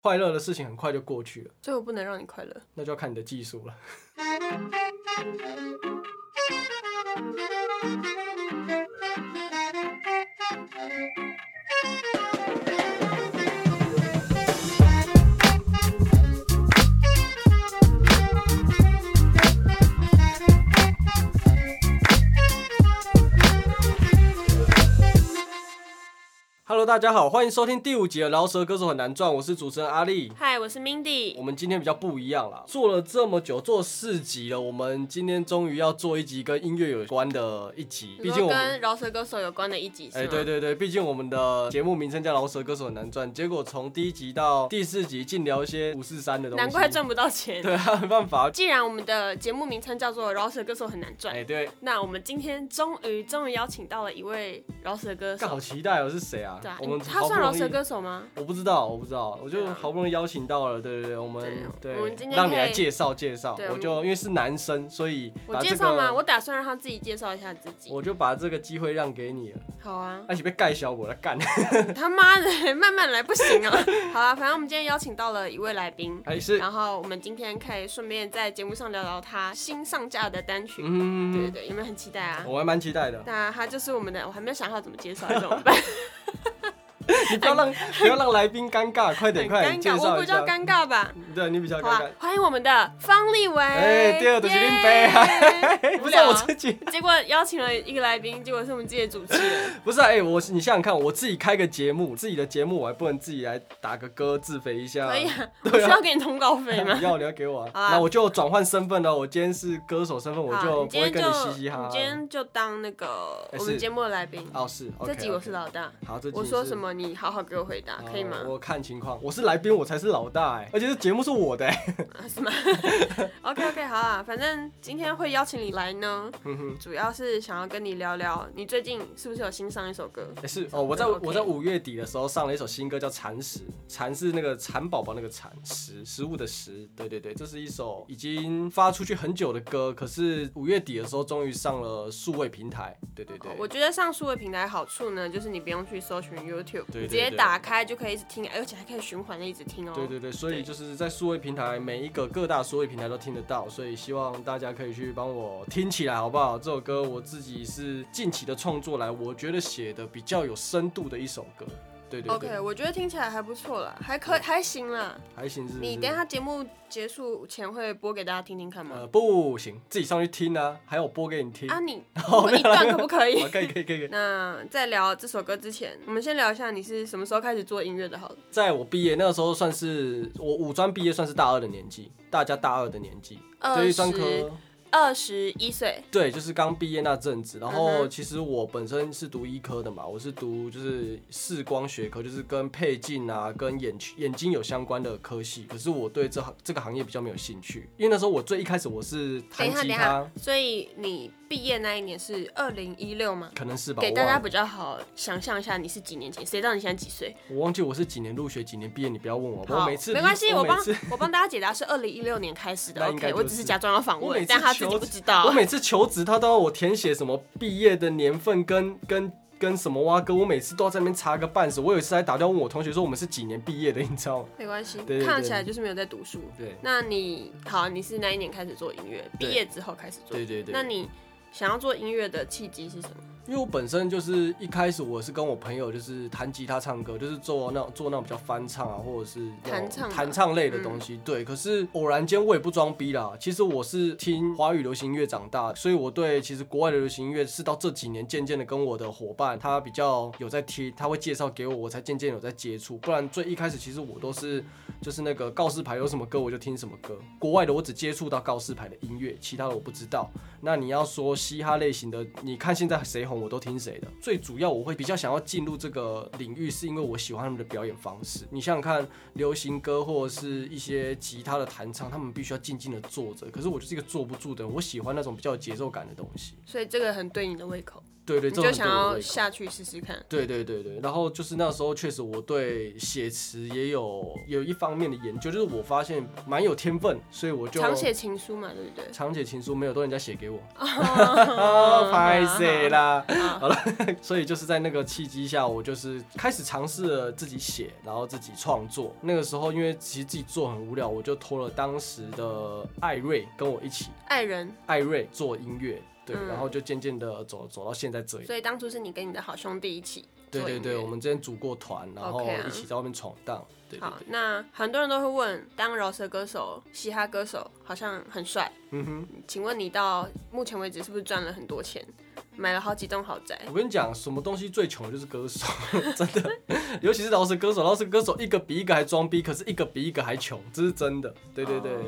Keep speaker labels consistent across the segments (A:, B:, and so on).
A: 快乐的事情很快就过去了，
B: 所以我不能让你快乐。
A: 那就要看你的技术了。Hello，大家好，欢迎收听第五集的《饶舌歌手很难赚》，我是主持人阿力。
B: 嗨，我是
A: 我
B: Mindy。
A: 们今天比较不一样啦，做了这么久，做四集了，我们今天终于要做一集跟音乐有关的一集，
B: 你
A: 毕竟
B: 说
A: 我们。
B: 跟饶舌歌手有关的一集是
A: 哎、
B: 吗？
A: 对对对，毕竟我们的节目名称叫《饶舌歌手很难赚》，结果从第一集到第四集，尽聊一些五四三的东西，
B: 难怪赚不到钱。
A: 对 啊，没办法。
B: 既然我们的节目名称叫做《饶舌歌手很难
A: 哎、
B: 赚》，
A: 对，
B: 那我们今天终于终于邀请到了一位饶舌歌
A: 干好
B: 手。
A: 期待哦，是谁啊？
B: 对啊
A: 我们，好
B: 他
A: 不
B: 算饶
A: 容易
B: 舌歌手吗？
A: 我不知道，我不知道，我
B: 对
A: 就
B: 啊
A: 好不容易邀请到了，对对对，我们
B: 对
A: 对，
B: 我们今天
A: 让你来
B: 可以
A: 介绍介绍
B: 对，我
A: 我
B: 们
A: 就因为是男生，所以
B: 我
A: 把这
B: 介绍吗？
A: 个
B: 我打算让他自己介绍一下自己。
A: 我就把这个机会让给你了，
B: 好啊，
A: 而且被盖小我来 干，
B: 他妈的， 慢慢来不行啊。好啊，反正我们今天邀请到了一位来宾，
A: 还是
B: 然后我们今天可以顺便在节目上聊聊他新上架的单曲。对对
A: 嗯，
B: 对，有没有很期待啊？
A: 我还蛮期待的，
B: 那他就是我们的，我还没有想好怎么介绍，怎么办？
A: 你不要让不要让来宾尴尬，快
B: 很
A: 点 快点
B: 尴
A: 介
B: 尬，
A: 绍
B: 我
A: 一
B: 比较
A: 下，
B: 尴尬吧。
A: 对你比较
B: 好
A: 尴
B: 啊
A: 尬，，
B: 欢迎我们的方立伟。
A: 哎第二就是林北
B: 北无
A: 不是
B: 聊啊
A: 我。自己，
B: 结果邀请了一个来宾，结果是我们自己的主持 人。
A: 不是啊哎，我你想想看，我自己开个节目，自己的节目我还不能自己来打个歌自肥一下，
B: 可以 啊，我需要给你通告费吗
A: 你？要你要给我啊，
B: 好啊
A: 那我就转换身份了。我今天是歌手身份， 我
B: 好，
A: 就
B: 你
A: 不
B: 今
A: 会跟
B: 天就
A: 嘻嘻哈
B: 你
A: 哈
B: 今。天就当那个
A: 哎
B: 我
A: 是
B: 们节目的来宾。
A: 哦，是
B: 这
A: OK，
B: 集我是
A: OK
B: 老大，
A: 好，这集
B: 我说
A: 是
B: 什？么你好好给我回答，可以吗
A: 哦？我看情况，我是来宾，我才是老大哎，而且这节目是我的 哎。
B: 什么啊？OK OK，好啊，反正今天会邀请你来呢，
A: 哼嗯哼
B: 主要是想要跟你聊聊，你最近是不是有新上一首歌？
A: 哎是哦，我在
B: OK
A: 我在五月底的时候上了一首新歌，叫《蚕食》，蚕是那个蚕宝宝那个蚕，食食物的食。对对对，这是一首已经发出去很久的歌，可是五月底的时候终于上了数位平台。对对对，
B: 我觉得上数位平台好处呢，就是你不用去搜寻 YouTube，
A: 对对
B: 你直接
A: 对
B: 打开就可以一直听，而且还可以循环的一直听哦。
A: 对对对，所以就是在数位平台，每一个各大数位平台都听得到，所以希望大家可以去帮我听起来，好不好？这首歌我自己是近期的创作来，我觉得写的比较有深度的一首歌。对嗯对对
B: OK，我觉得听起来还不错啦，还可还行啦。
A: 还行是不是
B: 你等一下节目结束前会播给大家听听看吗？
A: 呃不行，自己上去听啊，还有播给你听。
B: 啊， 你
A: 哦
B: 播一段可不可以
A: 啊？可以可以可以，可以
B: 那在聊这首歌之前，我们先聊一下你是什么时候开始做音乐的？好了，
A: 在我毕业那个时候，算是我五专毕业，算是大二的年纪，大家大二的年纪，
B: 二
A: 对于
B: 十
A: 专科
B: 二十一岁，
A: 对，就是刚毕业那阵子，然
B: 嗯
A: 后
B: 哼
A: 其实我本身是读医科的嘛，我是读就是视光学科，就是跟配镜啊、跟眼区眼睛有相关的科系。可是我对这行这个行业比较没有兴趣，因为那时候我最一开始我是
B: 等
A: 弹
B: 一下，等
A: 吉
B: 一
A: 他
B: 下，，所以你毕业那一年是二零一六吗？
A: 可能是吧，
B: 给
A: 我
B: 大
A: 忘
B: 家
A: 了，
B: 比较好想象一下，你是几年前？谁知道你现在几岁？
A: 我忘记我是几年入学、几年毕业，你不要问我，我
B: 好，
A: 每次
B: 没关系，
A: 我
B: 我
A: 每
B: 帮
A: 次。
B: 我帮大家解答是二零一六年开始的。
A: 那应该就
B: OK，我
A: 是
B: 只是假装要访
A: 我每
B: 问，
A: 次
B: 但他自己
A: 求
B: 不知道
A: 我。每次求职，他都要我填写什么毕业的年份跟跟跟什么蛙哥，我每次都要在那边查个半死。我有一次还打电话问我同学说我们是几年毕业的，你知道吗？
B: 没关系
A: 对对，对
B: 看起来就是没有在读书。
A: 对
B: 那你好，你是那一年开始做音乐，毕
A: 对
B: 业之后开始做。
A: 对对对。
B: 那你想要做音乐的契机是什么？
A: 因为我本身就是一开始我是跟我朋友就是弹吉他唱歌，就是做那种做那种比较翻唱啊，或者是那种
B: 弹唱吧嗯
A: 弹唱类的东西。对，可是偶然间我也不装逼啦，其实我是听华语流行音乐长大，所以我对其实国外的流行音乐是到这几年渐渐的跟我的伙伴他比较有在听，他会介绍给我，我才渐渐有在接触。不然最一开始其实我都是就是那个告示牌有什么歌我就听什么歌，国外的我只接触到告示牌的音乐，其他的我不知道。那你要说嘻哈类型的，你看现在谁红我都听谁的。最主要我会比较想要进入这个领域，是因为我喜欢他们的表演方式。你想想看，流行歌或者是一些吉他的弹唱，他们必须要静静的坐着，可是我就是一个坐不住的人，我喜欢那种比较有节奏感的东西。
B: 所以这个很对你的胃口。
A: 对对，
B: 你
A: 这种
B: 就
A: 很对
B: 想
A: 我
B: 要
A: 胃口
B: 下去试试看。
A: 对对对对，然后就是那时候确实我对写词也有有一方面的研究，就是我发现蛮有天分，所以我就
B: 常写情书嘛，对不对？
A: 常写情书，没有都人家写给 我，哦
B: 啊
A: 拍谁啦？好了， 所以就是在那个契机下，我就是开始尝试了自己写，然后自己创作。那个时候因为其实自己做很无聊，我就托了当时的艾瑞跟我一起，
B: 爱人，
A: 艾瑞做音乐。对，
B: 嗯
A: 然后就渐渐的走走到现在这里。
B: 所以当初是你跟你的好兄弟一起。
A: 对
B: 做
A: 对
B: 音
A: 对，
B: 乐
A: 我们之前组过团，然后
B: OK 啊
A: 一起在外面闯荡。对对
B: 好
A: 对，，
B: 那很多人都会问，当饶舌歌手、嘻哈歌手好像很帅，
A: 嗯哼，
B: 请问你到目前为止是不是赚了很多钱，买了好几栋豪宅？
A: 我跟你讲，什么东西最穷的就是歌手， 真的，尤其是饶舌歌手，饶舌歌手一个比一个还装逼，可是一个比一个还穷，这是真的。对对对，
B: 哦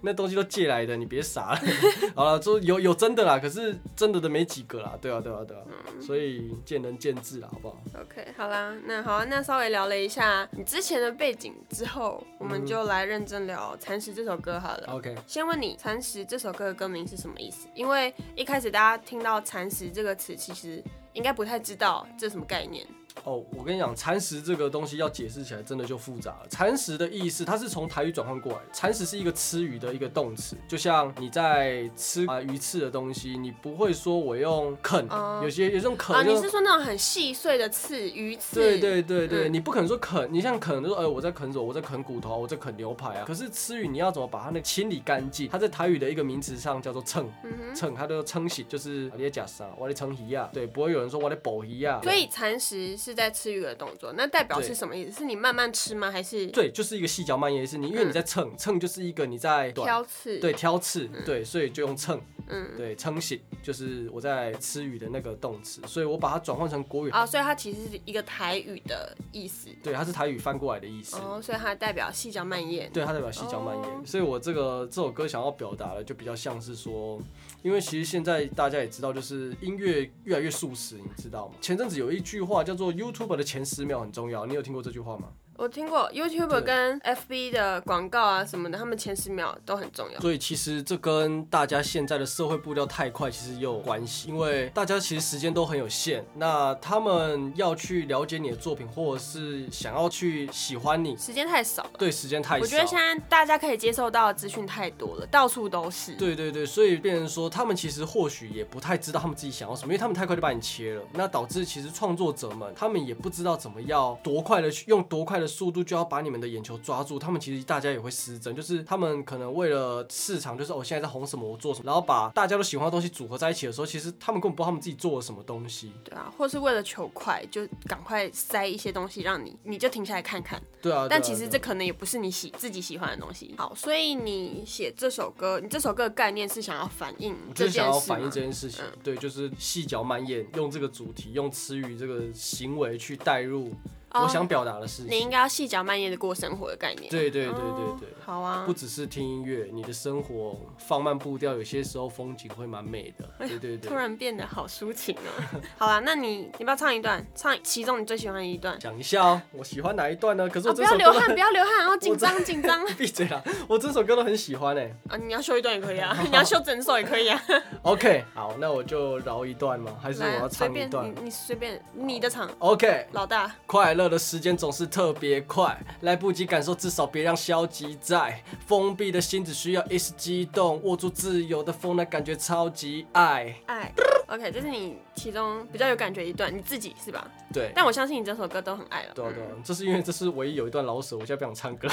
A: 那东西都借来的，你别傻了。 好了，就有有真的啦，可是真的的没几个啦。对啊对啊对啊，所以见仁见智啦，好不好？
B: OK，好啦，那好，啊那稍微聊了一下你之前的背景之后，我们就来认真聊《蚕食》这首歌好了。
A: OK，
B: 先问你，《蚕食》这首歌的歌名是什么意思？因为一开始大家听到“蚕食”这个词，其实应该不太知道这什么概念。
A: 哦，我跟你讲，蚕食这个东西要解释起来真的就复杂了。蚕食的意思，它是从台语转换过来的。蚕食是一个吃鱼的一个动词，就像你在吃啊、鱼刺的东西，你不会说我用啃，
B: 哦
A: 有些有种啃
B: 啊，
A: 就
B: 你是说那种很细碎的刺、鱼刺？
A: 对对对对，
B: 嗯
A: 你不可能说啃，你像啃就说，哎、我在啃什么？我在啃骨头，我在啃牛排啊。可是吃鱼，你要怎么把它那个清理干净？它在台语的一个名词上叫做称，
B: 嗯
A: 称、它叫称洗，就是你在假啥，我在称鱼啊。对，不会有人说我在捕鱼啊。
B: 所以蚕食是在吃鱼的动作，那代表
A: 对
B: 是什么意思？是你慢慢吃吗？还是
A: 对，就是一个细嚼慢咽，是你因为你在称，称就是一个你在短
B: 嗯挑刺？
A: 对，挑刺，
B: 嗯
A: 对，所以就用秤，
B: 嗯，
A: 对，称醒就是我在吃鱼的那个动词，所以我把它转换成国语，
B: 啊，所以它其实是一个台语的意思。
A: 对，它是台语翻过来的意思，
B: 哦，所以它代表细嚼慢咽。
A: 对，它代表细嚼慢
B: 哦
A: 咽，所以我这个这首歌想要表达的就比较像是说，因为其实现在大家也知道，就是音乐越来越速食，你知道吗？前阵子有一句话叫做 “YouTube 的前十秒很重要”，你有听过这句话吗？
B: 我听过 YouTube
A: 对
B: 跟 FB 的广告啊什么的，他们前十秒都很重要。
A: 所以其实这跟大家现在的社会步调太快其实也有关系，因为大家其实时间都很有限，那他们要去了解你的作品，或者是想要去喜欢你，
B: 时间太少了，
A: 对时间太少。
B: 我觉得现在大家可以接受到的资讯太多了，到处都是。
A: 对对对，所以变成说，他们其实或许也不太知道他们自己想要什么，因为他们太快就把你切了，那导致其实创作者们他们也不知道怎么要多快的用多快的速度就要把你们的眼球抓住，他们其实大家也会失真，就是他们可能为了市场，就是我、哦、现在在红什么，我做什么，然后把大家都喜欢的东西组合在一起的时候，其实他们根本不知道他们自己做了什么东西。
B: 对啊，或是为了求快，就赶快塞一些东西让你，你就停下来看看。
A: 对啊，
B: 但
A: 对啊
B: 其实
A: 对啊
B: 这可能也不是你喜自己喜欢的东西。好，所以你写这首歌，你这首歌的概念是想要反映
A: 我就
B: 这
A: 是想
B: 件
A: 要
B: 事
A: 反映
B: 吗
A: 这？件事情
B: 嗯，
A: 对，就是细嚼慢咽，用这个主题，用词语这个行为去带入
B: 哦
A: 我想表达的事
B: 你应
A: 情。
B: 该要细嚼慢咽的过生活的概念。
A: 对对对
B: 哦
A: 对对。
B: 好啊
A: 不，只是听音乐，你的生活放慢步调，有些时候风景会蛮美的。对对
B: 哎突
A: 对，
B: 然变得好抒情哦。好啦，那你你要不要唱一段？唱其中你最喜欢的一段。
A: 讲一下哦，我喜欢哪一段呢？可是
B: 啊！
A: 我
B: 不
A: 这
B: 要
A: 首
B: 流
A: 歌
B: 汗，不要流汗，然后紧张紧张
A: 闭嘴啦，我这首歌都很喜欢哎。
B: 啊！你要修一段也可以 啊，你要修整首也可以啊。
A: OK，好，那我就饶一段吗？还是我
B: 来啊，
A: 要
B: 随
A: 唱一
B: 便
A: 段
B: 你你随便你的场，
A: ？OK，
B: 老大。
A: 快乐的时间总是特别快，来不及感受，至少别让消极在。封闭的心只需要一时激动，握住自由的风，那感觉超级爱。
B: 爱。OK，这是你其中比较有感觉一段，你自己是吧？
A: 对，
B: 但我相信你这首歌都很爱了。
A: 对啊对啊，这是因为这是唯一有一段老舍，我现在不想唱歌。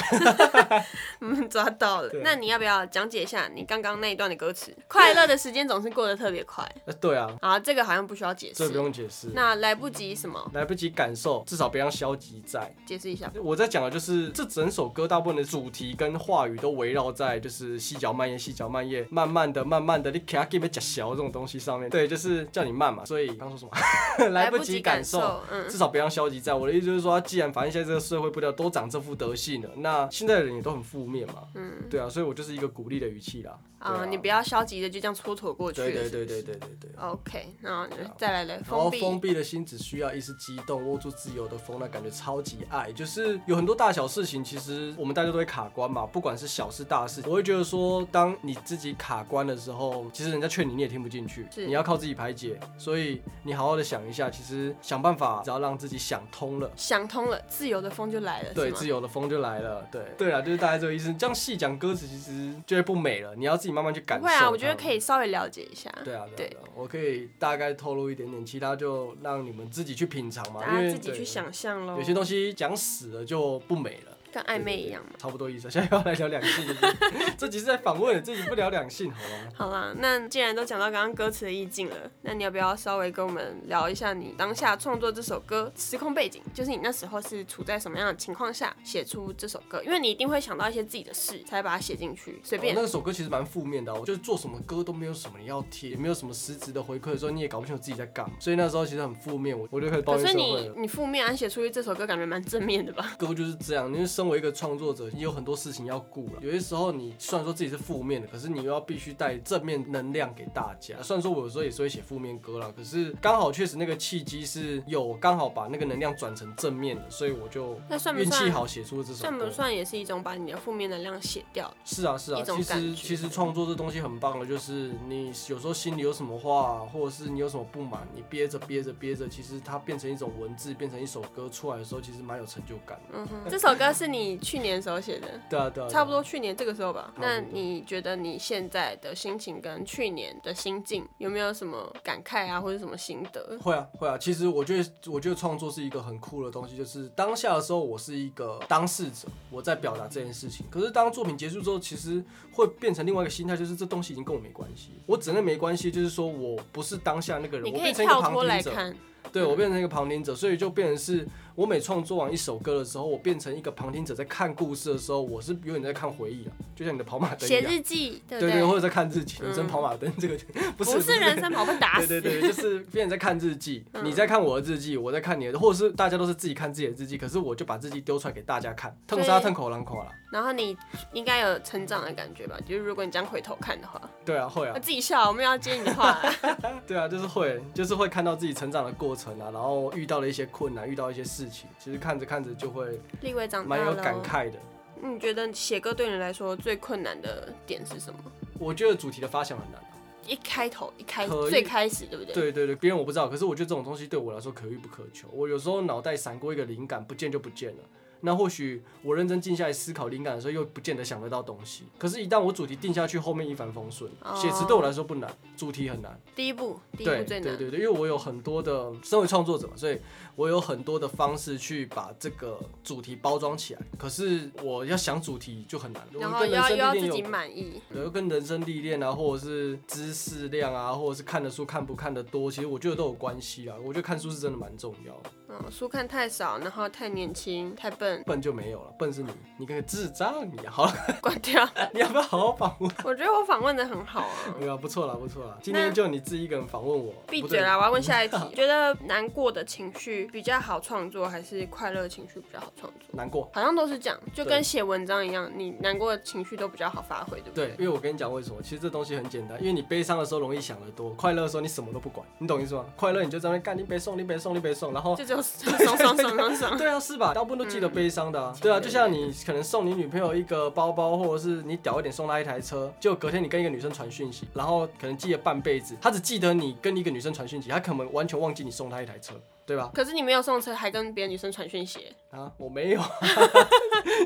B: 嗯， 抓到了
A: 对。
B: 那你要不要讲解一下你刚刚那一段的歌词？ 快乐的时间总是过得特别快。
A: 呃对啊，
B: 啊，这个好像不需要解
A: 这不
B: 释。
A: 用解释。
B: 那来不及什么
A: 来不及感受，至少别让消极在。
B: 解释一下吧。
A: 我在讲的就是这整首歌大部分的主题跟话语都围绕在就是细嚼慢咽、细嚼慢咽，慢慢的、慢慢的，你给它给别讲小这种东西上面。对，就是叫你慢嘛。所以刚说什么？ 来不及感受。，
B: 嗯，
A: 至少别让消极在。我的意思就是说，既然反正现在这个社会步调都长这副德性了，那现在的人也都很负面嘛，嗯，对啊，所以我就是一个鼓励的语气啦。对
B: 啊，你不
A: 要
B: 要消极的就这样蹉跎过去了。
A: 对对
B: 是
A: 对
B: 不是
A: 对对对对。
B: OK，然后你再来来
A: 然后
B: 封闭。
A: 封闭的心只需要一丝激动，握住自由的风，那的感觉超级爱，就是有很多大小事情，其实我们大家都会卡关嘛，不管是小事大事，我会觉得说，当你自己卡关的时候，其实人家劝你你也听不进去，
B: 是
A: 你要靠自己排解，所以你好好的想一下，其实想办法，只要让自己想通了。
B: 想通了，自由的风就来了，
A: 对，
B: 是吗
A: 自由的风就来了。对，对啊，就是大概这个意思。这样细讲歌词，其实就会不美了。你要自己慢慢去感
B: 不
A: 受。
B: 会啊，我觉得
A: 以。
B: 可以稍微了解一下，
A: 对啊，对啊
B: 对
A: 对啊，我可以大概透露一点点，其他就让你们自己去品尝嘛，
B: 大
A: 因
B: 家
A: 为
B: 自己
A: 对
B: 去想象喽
A: 有，些东西讲死了就不美了。
B: 跟暧昧一样嘛。
A: 差不多意思。现在要来聊两性，是不是这集是在访问，这集不聊两性好吗？
B: 好啦，那既然都讲到刚刚歌词的意境了，那你要不要稍微跟我们聊一下你当下创作这首歌时空背景？就是你那时候是处在什么样的情况下写出这首歌？因为你一定会想到一些自己的事，才把它写进去。随
A: 哦
B: 便，
A: 那首歌其实蛮负面的啊、我就是做什么歌都没有什么人要听，也没有什么实质的回馈的时候，你也搞不清楚自己在干嘛，所以那时候其实很负面，我我就开始抱
B: 可
A: 怨
B: 是
A: 社会
B: 你
A: 了。
B: 你负面啊，写出去这首歌感觉蛮正面的吧？
A: 歌就是这样，因为身为一个创作者，你有很多事情要顾了。有些时候你虽然说自己是负面的，可是你又要必须带正面能量给大家。虽然说我有时候也是会写负面歌啦，可是刚好确实那个契机是有刚好把那个能量转成正面的，所以我就
B: 那算不
A: 运气
B: 算？
A: 好写出了这首歌。
B: 算不算也是一种把你的负面能量写掉？
A: 是啊，是啊
B: 一，种
A: 其
B: 感
A: 实
B: 觉
A: 其实创作这东西很棒的，就是你有时候心里有什么话，或者是你有什么不满，你憋着憋着憋着，其实它变成一种文字，变成一首歌出来的时候，其实蛮有成就感的。
B: 嗯哼，这首歌是你去年的时候写的。
A: 对啊，对啊，对啊
B: 差不多去年这个时候吧。
A: 差不多
B: 那你觉得你现在的心情跟去年的心境有没有什么感慨啊，或者什么心得？
A: 会啊，会啊。其实我觉得，我觉得创作是一个很酷的东西，就是当下的时候，我是一个当事者，我在表达这件事情。可是当作品结束之后，其实会变成另外一个心态，就是这东西已经跟我没关系。我只能没关系，就是说我不是当下那个人，
B: 你
A: 我
B: 可以
A: 变成一个
B: 跳
A: 旁
B: 脱来
A: 听者。
B: 看，
A: 对
B: 嗯
A: 我变成一个旁听者，所以就变成是我每创作完一首歌的时候，我变成一个旁听者，在看故事的时候，我是永远在看回忆啊，就像你的跑马灯一
B: 写
A: 样，
B: 日记，对不
A: 对对，或者在看日记，
B: 嗯
A: 人生跑马灯这个 不是
B: 不是人生跑被打
A: 对对
B: 死。
A: 对，就是 变成在看日记，
B: 嗯
A: 你在看我的日记，我在看你的，或者是大家都是自己看自己的日记，可是我就把日记丢出来给大家看，
B: 所以
A: 腾沙腾口狼口啦，
B: 然后你应该有成长的感觉吧？就是如果你这样回头看的话，
A: 对啊，会
B: 我
A: 啊，
B: 自己笑，我没有要接你的 话。呃
A: 对啊，就是会，就是会看到自己成长的过程啊，然后遇到了一些困难，遇到一些事情，其实看着看着就会
B: 立伟长大
A: 蛮有
B: 了
A: 感
B: 哦，
A: 慨的。
B: 你觉得写歌对你来说最困难的点是什么？
A: 我觉得主题的发想很难啊。
B: 一开头，一开
A: 可以
B: 最开始，对不对？
A: 对对对，别人我不知道，可是我觉得这种东西对我来说可遇不可求。我有时候脑袋闪过一个灵感，不见就不见了。那或许我认真静下来思考灵感的时候，又不见得想得到东西。可是，一旦我主题定下去，后面一帆风顺。写词对我来说不难，主题很难。
B: 第一步，哦第一步
A: 对
B: 最
A: 对
B: 难。
A: 对对，因为我有很多的，身为创作者嘛，所以我有很多的方式去把这个主题包装起来。可是我要想主题就很难，
B: 然
A: 我
B: 后
A: 跟
B: 又
A: 人
B: 要
A: 生
B: 又
A: 历
B: 要
A: 练
B: 自
A: 有
B: 己满意，
A: 对，跟人生历练啊，或者是知识量啊，或者是看的书看不看的多，其实我觉得都有关系啊。我觉得看书是真的蛮重要的，
B: 嗯，书看太少，然后太年轻，太笨，
A: 笨就没有了，笨是你，你个智障你、啊。好了，
B: 关掉。
A: 你要不要好好访问？
B: 我觉得我访问的很好啊。
A: 对啊，不错啦，不错啦。今天就你自己一个人访问我，
B: 闭
A: 不
B: 嘴
A: 对
B: 啦！我要问下 一题，觉得难过的情绪比较好创作，还是快乐情绪比较好创作？
A: 难过。
B: 好像都是这样，就
A: 对
B: 跟写文章一样，你难过的情绪都比较好发挥，对不
A: 对，因为我跟你讲为什么，其实这东西很简单，因为你悲伤的时候容易想得多，快乐的时候你什么都不管，你懂意思吗？快乐你就在那边干，你别送，你别送，你别送，然后
B: 就只有 爽爽爽爽爽。嗯
A: 对啊，是吧？大部分都记得悲伤的啊。对啊，就像你可能送你女朋友一个包包，或者是你屌一点送她一台车，就隔天你跟一个女生传讯息，然后可能记了半辈子，她只记得你跟一个女生传讯息，她可能完全忘记你送她一台车，对吧？
B: 可是你没有送车，还跟别的女生传讯息，
A: 啊， 我没有，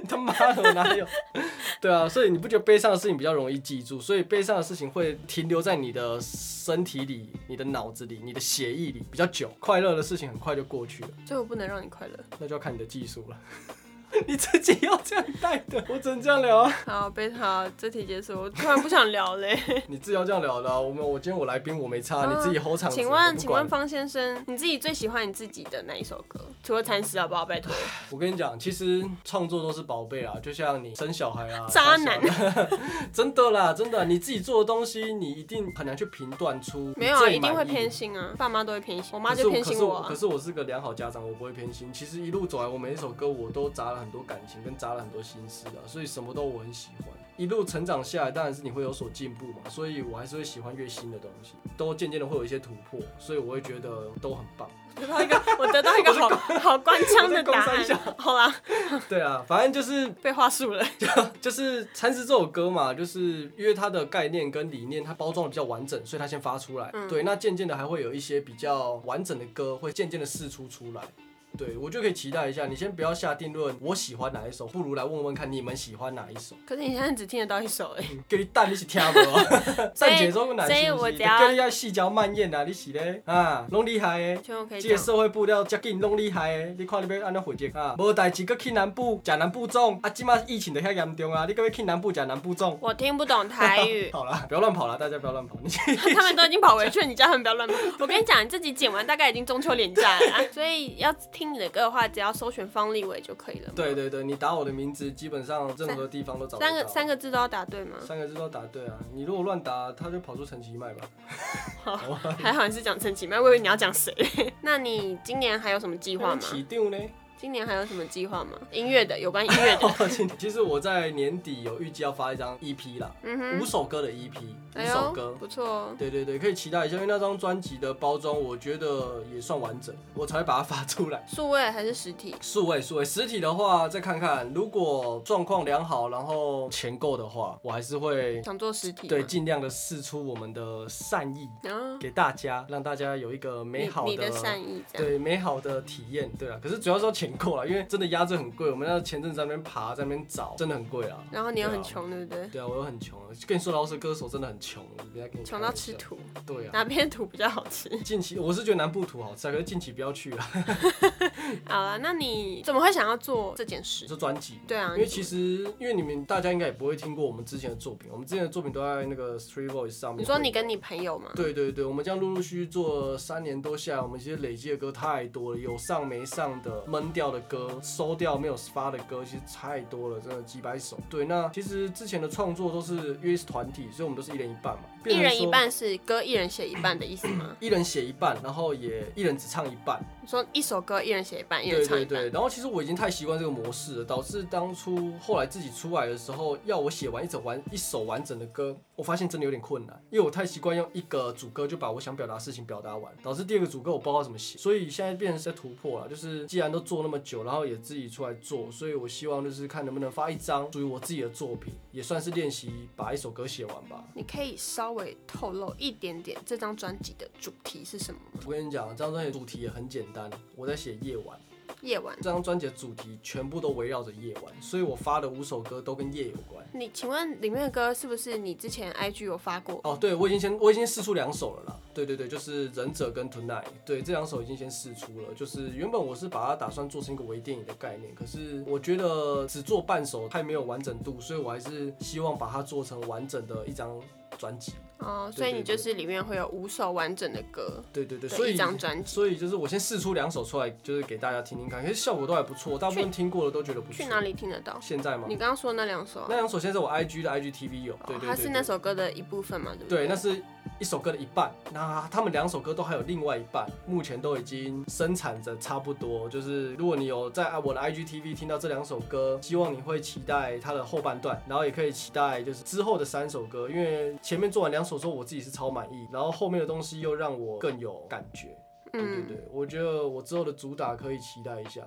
A: 你他妈的，我哪有？对啊，所以你不觉得悲伤的事情比较容易记住？所以悲伤的事情会停留在你的身体里、你的脑子里、你的血液里比较久，快乐的事情很快就过去了。
B: 所以我不能让你快乐。
A: 那就要看你的技术了。 你自己要这样带的，我只能这样聊 啊。
B: 好，被好，这题结束，我突然不想聊 嘞。
A: 你自己要这样聊的啊、我们我今天我来宾我没差，
B: 嗯
A: 你自己 hold 场子。
B: 请
A: 我
B: 问，
A: 不
B: 请
A: 管
B: 问方先生，你自己最喜欢你自己的哪一首歌？除了《蚕食》好不好？拜托，
A: 我跟你讲，其实创作都是宝贝啊，就像你生小孩啊，
B: 渣
A: 生小
B: 男
A: 孩， 真的啦，真的，你自己做的东西，你一定很难去评断出
B: 没有啊，
A: 你最
B: 一定会
A: 满意的
B: 偏心啊，爸妈都会偏心，我妈
A: 可是
B: 就偏心我
A: 我可是可
B: 啊。
A: 是我是个良好家长，我不会偏心。其实一路走来，我每一首歌我都砸了很多感情，跟砸了很多心思啊，所以什么都我很喜欢。一路成长下来，当然是你会有所进步嘛，所以我还是会喜欢越新的东西，都渐渐的会有一些突破，所以我会觉得都很棒。
B: 得到一个，我得到一个好好官腔的答
A: 我在
B: 案。好啦，
A: 对啊，反正就是
B: 被话术了。
A: 就是《蚕食》这首歌嘛，就是因为它的概念跟理念，它包装的比较完整，所以它先发出来。
B: 嗯
A: 对，那渐渐的还会有一些比较完整的歌会渐渐的试出出来。对，我就可以期待一下。你先不要下定论，我喜欢哪一首，不如来问问看你们喜欢哪一首。
B: 可是你现在只听得到一首哎、
A: 给你蛋，你是听无？ 站姐中哪
B: 所以
A: 是不
B: 我
A: 是？
B: 只 要
A: 叫你要细嚼慢咽啊，你是咧啊，拢厉害的。
B: 希望可以
A: 这个
B: 讲。
A: 社会步调接紧拢厉害的，你看你要安怎回击
B: 嗯
A: 啊？无代志，搁去南部食南部粽，啊，即马疫情都遐严重啊，你搁要去南部食南部粽？，
B: 我听不懂台语
A: 好啦，不要乱跑啦，大家不要乱跑。你
B: 他们都已经跑回去了，你叫他们不要乱跑。我跟你讲，你自己剪完大概已经中秋连假了啊、 所以要听你的歌的话，只要搜寻方立伟就可以了 嘛。
A: 对对对，你打我的名字，基本上任何地方都找得到。
B: 三个三个字都要答对吗？
A: 三个字都答对啊！你如果乱答，他就跑出陈其迈吧。
B: 还好你是讲陈其迈，我以为你要讲谁。那你今年还有什么计划吗？
A: 起定呢？
B: 今年还有什么计划吗？音乐的，有关音 乐的。
A: 哦今天其实我在年底有预计要发一张 EP 啦，
B: 嗯哼，
A: 五首歌的 EP，
B: 哎
A: 五首
B: 呦
A: 歌，。
B: 不错哦。
A: 对对对，可以期待一下，因为那张专辑的包装，我觉得也算完整，我才会把它发出来。
B: 数位还是实体？
A: 数位数位，实体的话再看看，如果状况良好，然后钱够的话，我还是会
B: 想做实体吗？
A: 对尽量的试出我们的善意
B: 啊，
A: 给大家，让大家有一个美好
B: 你你的善意这样。
A: 对美好的体验，对啊。可是主要是要钱够了，因为真的压制很贵，我们要前阵子在那边爬，在那边找，真的很贵啊。
B: 然后你又很
A: 对啊
B: 穷，对不对？
A: 对啊，我又很穷，跟你说老实，歌手真的很穷，我不要跟你
B: 穷
A: 开
B: 到
A: 玩
B: 吃
A: 笑。
B: 土，
A: 对啊，
B: 哪边土比较好吃？
A: 近期我是觉得南部土好吃啊，可是近期不要去啊。
B: 好了，那你怎么会想要做这件事
A: 你？说专辑，
B: 对啊，
A: 因为其实因为你们大家应该也不会听过我们之前的作品，我们之前的作品都在那个 Three Voice 上面。
B: 你说你跟你朋友吗？
A: 对对对，我们这样陆陆续续做了三年多下来，我们其实累积的歌太多了，有上没上的，闷掉的歌，收掉没有发的歌，其实太多了，真的几百首。对，那其实之前的创作都是因为是团体，所以我们都是一人一半嘛，变
B: 一
A: 成
B: 人一
A: 说。？
B: 半是歌，一人写一半的意思吗
A: 一人写一半，然后也一人只唱一半，
B: 你说一首歌一人写一半，一人
A: 对
B: 唱一
A: 对
B: 半
A: 对。，然后其实我已经太习惯这个模式了，导致当初后来自己出来的时候，要我写完一整完一首完整的歌，我发现真的有点困难，因为我太习惯用一个主歌就把我想表达的事情表达完，导致第二个主歌我不知道怎么写，所以现在变成是在突破了。就是既然都做那么久，然后也自己出来做，所以我希望就是看能不能发一张属于我自己的作品，也算是练习把一首歌写完吧。
B: 你可以稍微透露一点点这张专辑的主题是什么吗？
A: 我跟你讲，这张专辑的主题也很简单，我在写夜晚。
B: 夜晚。
A: 这张专辑的主题全部都围绕着夜晚，所以我发的五首歌都跟夜有关。
B: 你请问里面的歌是不是你之前 IG 有发过？
A: 哦，对，我已经先我已经试出两首了啦。对对对，就是《忍者》跟《Tonight》，对，这两首已经先试出了。就是原本我是把它打算做成一个微电影的概念，可是我觉得只做半首太没有完整度，所以我还是希望把它做成完整的一张专辑。
B: 哦，
A: 对
B: 所以
A: 对
B: 你
A: 对
B: 就是里面会有五首完整的歌
A: 对对对，所
B: 的一
A: 以
B: 张专辑。
A: 所以就是我先试出两首出来，就是给大家听听看，可是效果都还不错，大部分听过的都觉得不错。
B: 去哪？里听得到？
A: 现在吗？
B: 你刚刚说那两首啊，
A: 那两首现在是我 IG 的 IGTV 有，对对对
B: 哦它是
A: 对
B: 那首歌的一部分嘛，对不
A: 对，
B: 对？
A: 那是一首歌的一半。那他们两首歌都还有另外一半，目前都已经生产着差不多。就是如果你有在我的 IGTV 听到这两首歌，希望你会期待它的后半段，然后也可以期待就是之后的三首歌，因为前面做完两首之后，我自己是超满意，然后后面的东西又让我更有感觉。对对
B: 嗯，
A: 对，我觉得我之后的主打可以期待一下。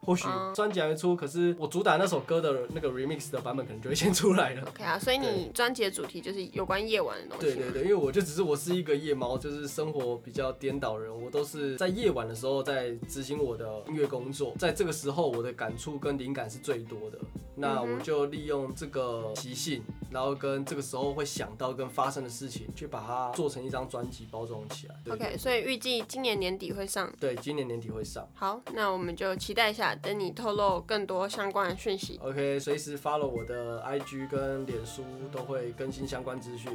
A: 或许
B: 哦
A: 专辑还没出，可是我主打那首歌的那个 remix 的版本可能就会先出来了。
B: OK 啊，所以你专辑的主题就是有关夜晚的东
A: 对
B: 西嘛。
A: 对对，因为我就只是我是一个夜猫，就是生活比较颠倒人，我都是在夜晚的时候在执行我的音乐工作，在这个时候我的感触跟灵感是最多的。那
B: 嗯
A: 我
B: 哼
A: 就利用这个习性，然后跟这个时候会想到跟发生的事情，去把它做成一张专辑包装起来。对
B: OK，所以预计今年年底会上。
A: 对，今年年底会上。
B: 好，那我们就期待一下，等你透露更多相关的讯息。
A: OK，随时 follow 我的 IG 跟脸书都会更新相关资 讯。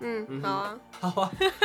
B: 嗯，好啊。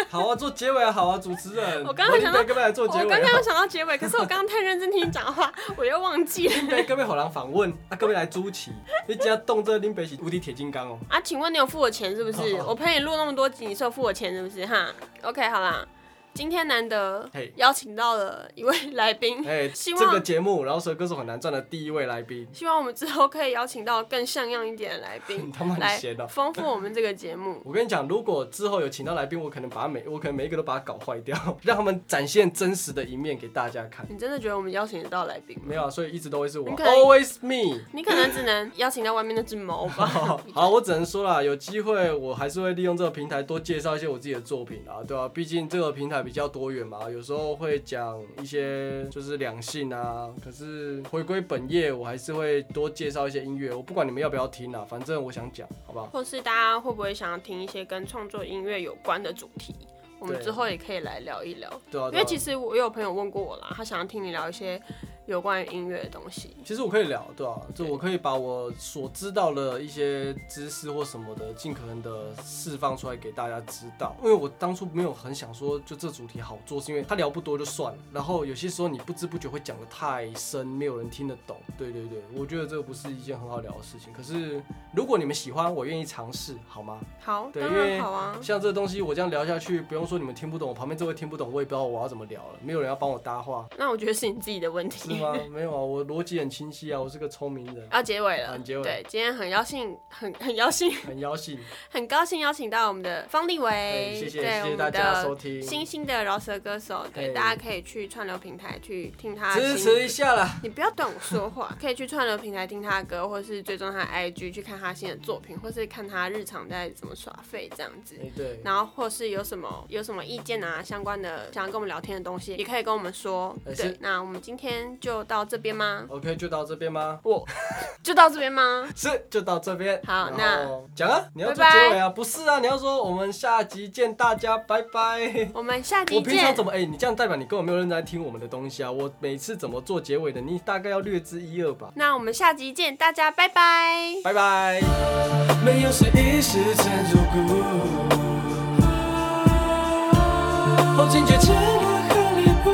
A: 好啊，做结尾啊，好啊，主持人，
B: 我刚刚想到
A: 你该不该来做
B: 哦我
A: 结尾啊？
B: 刚刚有想到结尾，可是我刚刚太认真听你讲话，我又忘记 了。
A: 被各位好人访问，啊，各位来主持，你只要动这林北是无敌铁金刚哦。
B: 啊，请问你有付我钱是不是？
A: 好好
B: 我陪你录那么多集，你是有付我钱是不是？哈，OK，好啦，今天难得
A: 嘿
B: 邀请到了一位来宾，
A: 哎、
B: 希
A: 这
B: 望
A: 个节目，然后所以歌手很难赚的第一位来宾，
B: 希望我们之后可以邀请到更像样一点的来宾
A: 你 他妈
B: 来
A: 很闲哦。
B: 丰富我们这个节目。
A: 我跟你讲，如果之后有请到来宾，我可能把他每我可能每一个都把他搞坏掉，让他们展现真实的一面给大家看。
B: 你真的觉得我们邀请得到来宾吗？
A: 没有啊，所以一直都会是我
B: 你可以
A: ，always me。
B: 你可能只能邀请到外面那只猫吧。
A: 好，我只能说啦，有机会我还是会利用这个平台多介绍一些我自己的作品啊，对吧、毕竟这个平台比较多元嘛，有时候会讲一些就是两性啊，可是回归本业，我还是会多介绍一些音乐。我不管你们要不要听啊，反正我想讲，好不好？
B: 或是大家会不会想要听一些跟创作音乐有关的主题？我们
A: 对
B: 之后也可以来聊一聊。
A: 对啊，
B: 因
A: 对啊
B: 为其实我有朋友问过我啦，他想要听你聊一些有关于音乐的东西。
A: 其实我可以聊，对吧、就我可以把我所知道的一些知识或什么的，尽可能的释放出来给大家知道。因为我当初没有很想说，就这主题好做，是因为它聊不多就算了。然后有些时候你不知不觉会讲的太深，没有人听得懂。对对对，我觉得这不是一件很好聊的事情。可是如果你们喜欢，我愿意尝试，好吗？
B: 好，
A: 对
B: 当
A: 因为
B: 然好啊。
A: 像这东西我这样聊下去，不用说你们听不懂，我旁边这位听不懂，我也不知道我要怎么聊了，没有人要帮我搭话，
B: 那我觉得是你自己的问
A: 是
B: 题。
A: 吗？没有啊，我逻辑很清晰啊，我是个聪明人。
B: 要结尾
A: 啊
B: 了，
A: 你结尾
B: 对，今天很高兴，很很高兴，
A: 很邀请，
B: 很高兴邀请到我们的方立
A: 哎
B: 维，
A: 谢谢
B: 对
A: 谢
B: 我
A: 谢
B: 们
A: 大家收
B: 的
A: 听，
B: 新兴的饶舌歌手，对，
A: 嘿
B: 大家可以去串流平台去听他的
A: 支
B: 新
A: 持一下 啦。
B: 你不要断我说话， 可以去串流平台听他的歌，或是追踪他的 IG 去看他新的作品，或是看他日常在怎么耍废这样子。
A: 哎，对，
B: 然后或是有什么有什么意见啊，相关的想要跟我们聊天的东西，也可以跟我们说。
A: 哎是
B: 对，那我们今天就到这边吗？
A: OK，就到这边吗？
B: 我就到这边吗？
A: 是，就到这边。
B: 好
A: 然后讲啊，你要做
B: 拜拜
A: 结尾啊？不是啊，你要说我们下集见，大家拜 拜。
B: 我们下集
A: 我平常
B: 见
A: 怎。么哎、你这样代表你根本没有认真在听我们的东西啊！我每次怎么做结尾的，你大概要略知一二吧。
B: 那我们下集见，大家拜拜。
A: 拜拜。
C: 没有谁一时站住脚，后惊觉真的很离谱。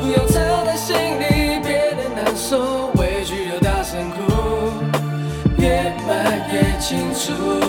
C: 不要藏在心里，别的难受，委屈就大声哭，越骂越清楚。